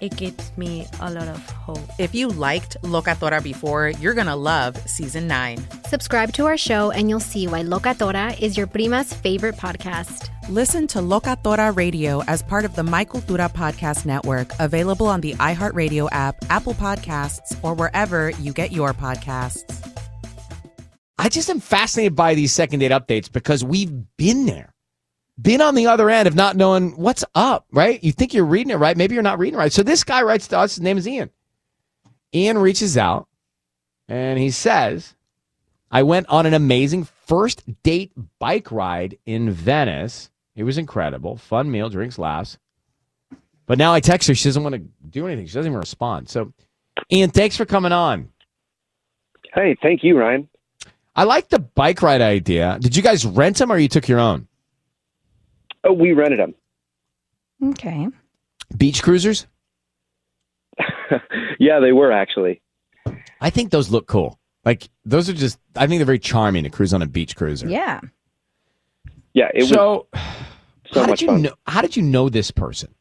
it gives me a lot of hope. If you liked Locatora before, you're going to love season 9. Subscribe to our show and you'll see why Locatora is your prima's favorite podcast. Listen to Locatora Radio as part of the Michael Dura Podcast Network, available on the iHeartRadio app, Apple Podcasts, or wherever you get your podcasts. I just am fascinated by these second date updates because we've been there been on the other end of not knowing what's up, right? You think you're reading it right. Maybe you're not reading it right. So this guy writes to us. His name is Ian. Ian reaches out and he says, I went on an amazing first date bike ride in Venice. It was incredible. Fun meal, drinks, laughs. But now I text her. She doesn't want to do anything. She doesn't even respond. So, Ian, thanks for coming on. Hey, thank you, Ryan. I like the bike ride idea. Did you guys rent them or you took your own? Oh, we rented them. Okay. Beach cruisers? yeah, they were actually. I think those look cool. Like those are just I think they're very charming to cruise on a beach cruiser. Yeah. Yeah, it so, was so how did you fun. know how did you know this person?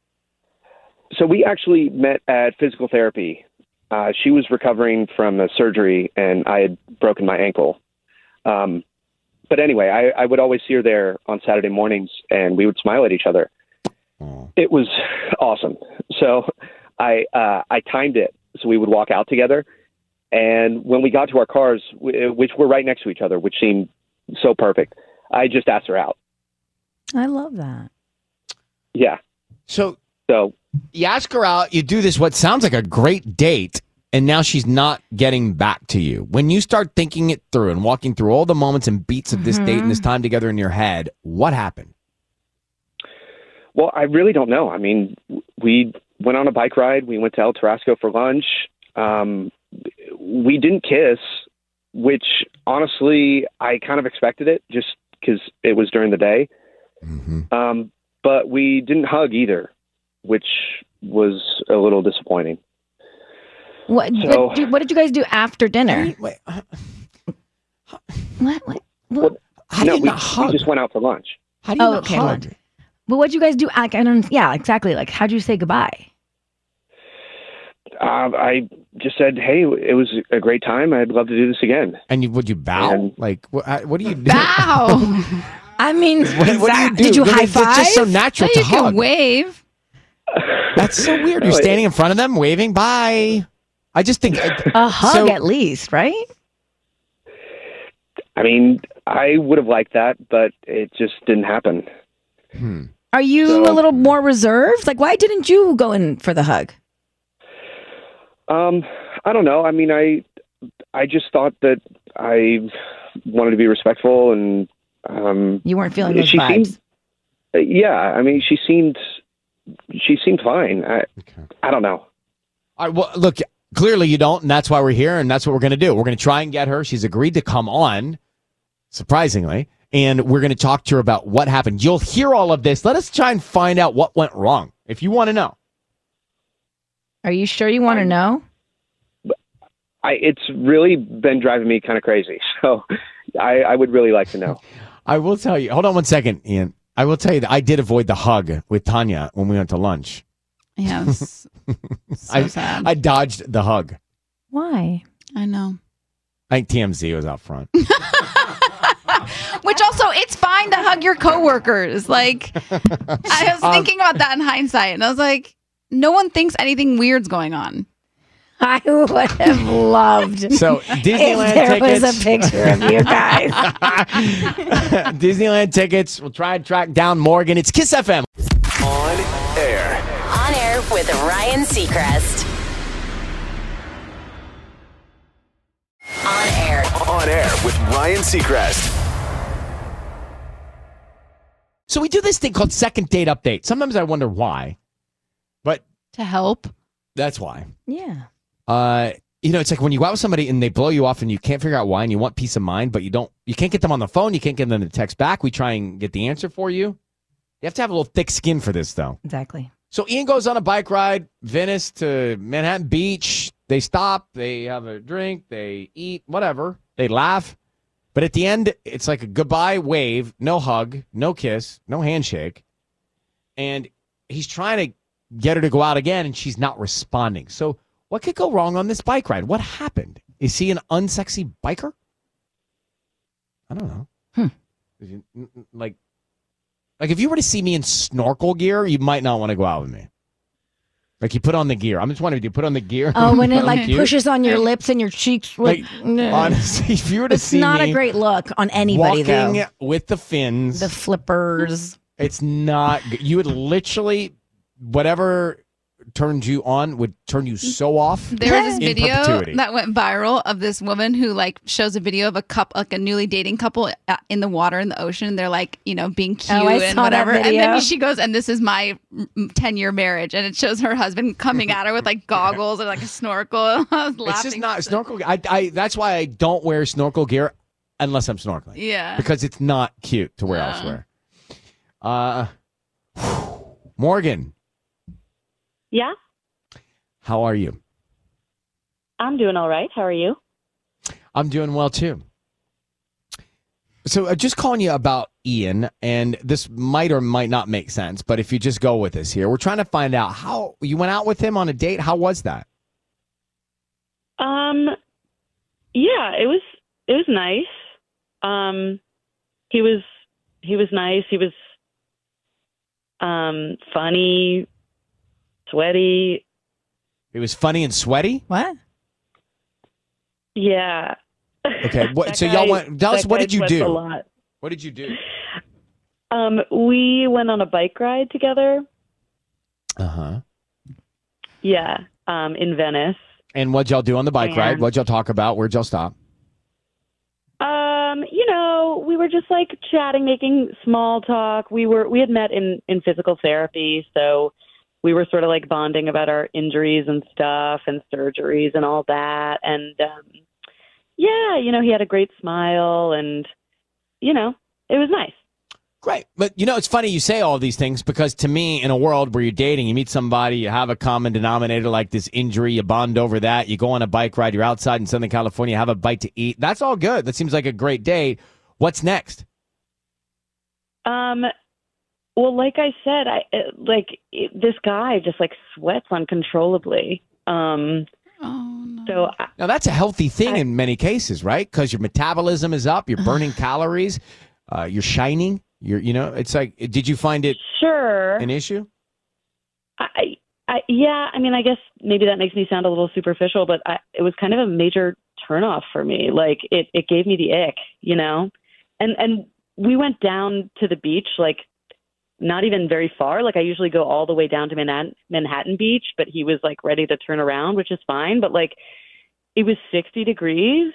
So we actually met at physical therapy. Uh, she was recovering from a surgery and I had broken my ankle. Um, but anyway, I, I, would always see her there on Saturday mornings, and we would smile at each other. Mm. It was awesome. So I uh, I timed it so we would walk out together, and when we got to our cars, which were right next to each other, which seemed so perfect, I just asked her out. I love that. Yeah. So so you ask her out, you do this what sounds like a great date, and now she's not getting back to you. When you start thinking it through and walking through all the moments and beats of this mm-hmm. date and this time together in your head, what happened? Well, I really don't know. I mean, we went on a bike ride. We went to El Tarasco for lunch. Um, we didn't kiss, which honestly, I kind of expected it just because it was during the day. Mm-hmm. Um, but we didn't hug either, which was a little disappointing. What, so, what, did, what, did you guys do after dinner? Wait, uh, what? What? what? How no, did we, not hug? we just went out for lunch. How do you oh, okay, hug? Lunch. But what did you guys do? I, I don't. Yeah, exactly. Like, how did you say goodbye? Uh, I just said, "Hey, it was a great time. I'd love to do this again." And you, would you bow? And, like, what, what do you do? Bow. I mean, what, what do you do? Did you high five? It's just so natural so to hug. wave. That's so weird. You're standing in front of them, waving bye. I just think a hug so, at least, right? I mean, I would have liked that, but it just didn't happen. Are you a little more reserved? Like, why didn't you go in for the hug? Um, I don't know. I mean, I I just thought that I wanted to be respectful, and um, you weren't feeling those she vibes. Seemed, uh, yeah, I mean, she seemed she seemed fine. I I don't know. All right, well, look, clearly you don't, Oh, and that's why we're here, and that's what we're going to do. We're going to try and get her. She's agreed to come on, surprisingly, and we're going to talk to her about what happened. You'll hear all of this. Let us try and find out what went wrong if you want to know. Are you sure you want to know? I it's really been driving me kind of crazy. So I, I would really like to know. I will tell you. Hold on one second, Ian. I will tell you that I did avoid the hug with Tanya when we went to lunch. Yeah. it was- I, sad. I dodged the hug. Why? I know. I think TMZ was out front. Which also, it's fine to hug your coworkers. Like, I was Um, thinking about that in hindsight, and I was like, no one thinks anything weird's going on. I would have loved. So, Disneyland if there was tickets- a picture of you guys. Disneyland tickets. We'll try and track down Morgan. It's Kiss FM. On air. On air with Ryan Seacrest. On air. On air with Ryan Seacrest. So we do this thing called second date update. Sometimes I wonder why, but to help. That's why. Yeah. Uh, you know, it's like when you go out with somebody and they blow you off and you can't figure out why and you want peace of mind, but you don't, you can't get them on the phone. You can't get them to text back. We try and get the answer for you. You have to have a little thick skin for this, though. Exactly. So Ian goes on a bike ride, Venice to Manhattan Beach. They stop, they have a drink, they eat, whatever. They laugh. But at the end, it's like a goodbye wave, no hug, no kiss, no handshake. And he's trying to get her to go out again, and she's not responding. So what could go wrong on this bike ride? What happened? Is he an unsexy biker? I don't know. Is he- n- n- Like, like if you were to see me in snorkel gear, you might not want to go out with me. Like you put on the gear. I'm just wondering, do you put on the gear? Oh, when it like Like you? pushes on your lips and your cheeks. Like, Like, honestly, if you were to it's see not me a great look on anybody walking though. with the fins, The flippers. it's not. g- You would literally whatever turned you on would turn you so off. There was this in video perpetuity. that went viral of this woman who like shows a video of a couple, like a newly dating couple uh, in the water in the ocean. They're like, you know, being cute Oh, I and saw that whatever. And video. then she goes, and this is my ten year marriage, and it shows her husband coming at her with like goggles and like a snorkel. I was It's just laughing. not snorkel. I, I that's why I don't wear snorkel gear unless I'm snorkeling. Yeah. because it's not cute to wear No. elsewhere. Uh, Morgan, Yeah, how are you? I'm doing all right. How are you? I'm doing well too. So, uh, just calling you about Ian, and this might or might not make sense, but if you just go with us here, we're trying to find out how you went out with him on a date. How was that? Um, yeah, it was it was nice. Um, he was he was nice. He was um funny, sweaty. It was funny and sweaty. What? Yeah. Okay. What, That so guy- y'all went. Tell us that what guy did you sweats do? A lot. What did you do? Um, we went on a bike ride together. Uh huh. Yeah. Um, in Venice. And what y'all do on the bike ride? And- What y'all talk about? Where'd y'all stop? Um, you know, we were just like chatting, making small talk. We were we had met in in physical therapy, so we were sort of like bonding about our injuries and stuff and surgeries and all that. And um yeah, you know, he had a great smile and you know, it was nice. Great. But you know, it's funny you say all these things because to me, in a world where you're dating, you meet somebody, you have a common denominator like this injury, you bond over that, you go on a bike ride, you're outside in Southern California, have a bite to eat. That's all good. That seems like a great day. What's next? Um, well, like I said, I uh, like it, this guy just like sweats uncontrollably. Um, so I, Now, that's a healthy thing in many cases, right? Because your metabolism is up, you're burning calories, uh, you're shining. You're, you know, it's like, did you find it sure an issue? I, I, yeah, I mean, I guess maybe that makes me sound a little superficial, but I, it was kind of a major turnoff for me. Like it, it gave me the ick, you know. And and we went down to the beach, like not even very far. Like I usually go all the way down to Manhattan, Manhattan Beach, but he was like ready to turn around, which is fine. But like it was 60 degrees,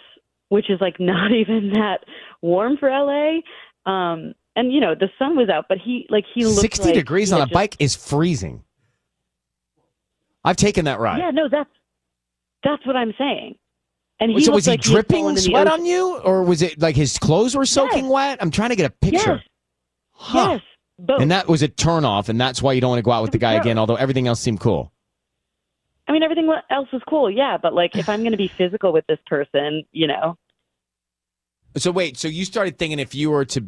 which is like not even that warm for LA. Um, and you know the sun was out, but he like he looked 60 like degrees he on had a just- bike is freezing. I've taken that ride. Yeah, no, that's that's what I'm saying. And he so looked was he like had dripping fallen in the sweat ocean. on you, or was it like his clothes were soaking wet? I'm trying to get a picture. Yes, both. And that was a turnoff, and that's why you don't want to go out with the guy No. again. Although everything else seemed cool. I mean, everything wa- else was cool, yeah. But like, if I'm going to be physical with this person, you know, So wait, so you started thinking if you were to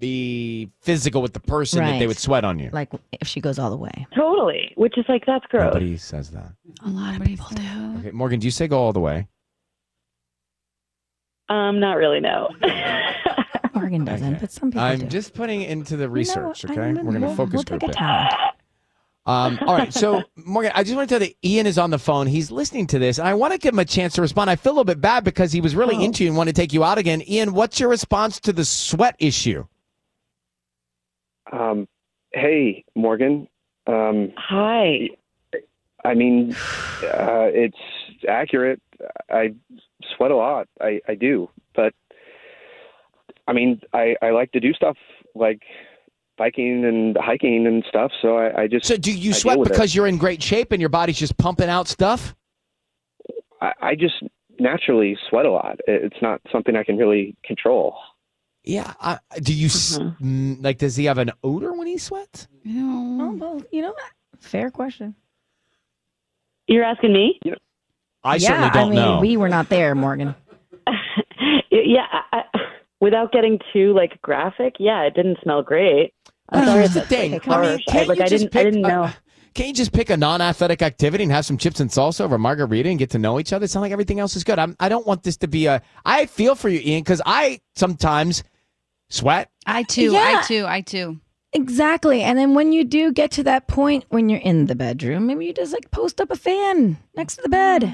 be physical with the person that Right. they would sweat on you. Like if she goes all the way. totally. Which is like that's gross. Nobody says that. A lot of people do. Okay, Morgan, do you say go all the way? Um, not really. No. Morgan doesn't, but some people I'm do. just putting into the research. I okay, remember- we're going to we'll- focus we'll group take a it. time. Um, all right, so Morgan, I just want to tell you that Ian is on the phone. He's listening to this, and I want to give him a chance to respond. I feel a little bit bad because he was really Oh. into you and wanted to take you out again. Ian, what's your response to the sweat issue? Um, hey, Morgan. Um, Hi. I mean, uh, it's accurate. I sweat a lot. I, I do. But I mean, I, I like to do stuff like biking and hiking and stuff. So I, I just. So do you sweat because you're in great shape and your body's just pumping out stuff? I, I just naturally sweat a lot. It- It's not something I can really control. Yeah. I, do you s- mm, like? Does he have an odor when he sweats? Oh, well, you know what? Fair question. You're asking me? I yeah, certainly I don't mean, know. We were not there, Morgan. yeah. I, I, without getting too like graphic, yeah, it didn't smell great. I'm sorry Here's if the that's, like, thing. I mean, harsh. can't like you I just didn't, I pick didn't a- know. Can't you just pick a non-athletic activity and have some chips and salsa over margarita and get to know each other? It's not like everything else is good. I'm, I don't want this to be a. I feel for you, Ian, because I sometimes sweat. I too. Yeah. I too. I too. Exactly. And then when you do get to that point when you're in the bedroom, maybe you just like post up a fan next to the bed.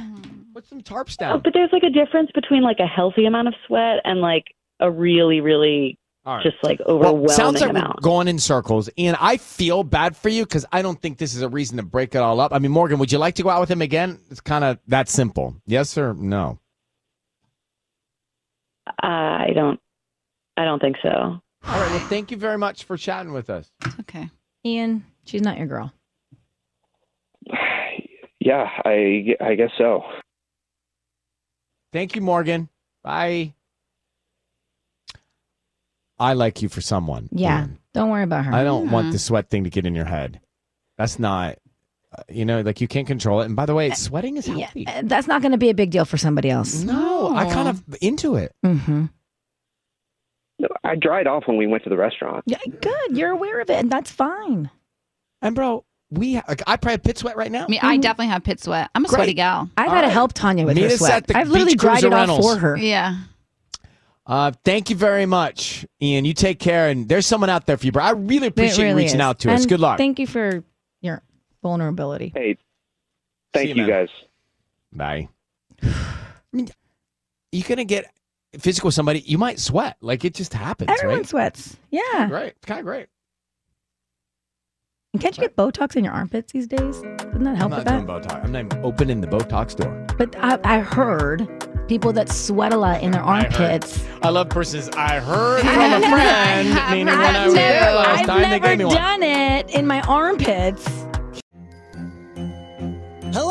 Put some tarps Oh, but there's like a difference between like a healthy amount of sweat and like a really, really All right. just like Well, overwhelming sounds like amount. we're going in circles, Ian. I feel bad for you because I don't think this is a reason to break it all up. I mean, Morgan, would you like to go out with him again? It's kind of that simple. Yes or no? I don't. I don't think so. All right. Well, thank you very much for chatting with us. Okay. Ian, she's not your girl. Yeah, I, I guess so. Thank you, Morgan. Bye. I like you for someone. Yeah. Ian. Don't worry about her. Mm. I don't want the sweat thing to get in your head. That's not, uh, you know, like you can't control it. And by the way, sweating is healthy. Uh, That's not going to be a big deal for somebody else. No, I kind of into it. Mm-hmm. No, I dried off when we went to the restaurant. Yeah, good. You're aware of it, and that's fine. And bro, we like, I probably have pit sweat right now. I mean, I definitely have pit sweat. I'm a sweaty gal. Mm-hmm. I've had to help Tanya with Meet her us sweat. at the I've literally Beach dried Cruiser it off Rentals. for her. Yeah. Uh, thank you very much, Ian. You take care. And there's someone out there for you, bro. I really It appreciate you really reaching is. out to us. And Good luck. Thank you for your vulnerability. Hey, thank you, guys. Bye. I mean, you're gonna get physical with somebody. You might sweat. Like it just happens, Everyone right? sweats. Yeah. Kinda great. It's kind of great. And can't you get Botox in your armpits these days? Doesn't that help I'm with not doing that? Botox. I'm not even opening the Botox door. But I, I heard people that sweat a lot in their I heard. armpits. I love persons. I heard I've from a never- friend, meaning when I was there last I've time, they never gave me one. done it in my armpits. Hello,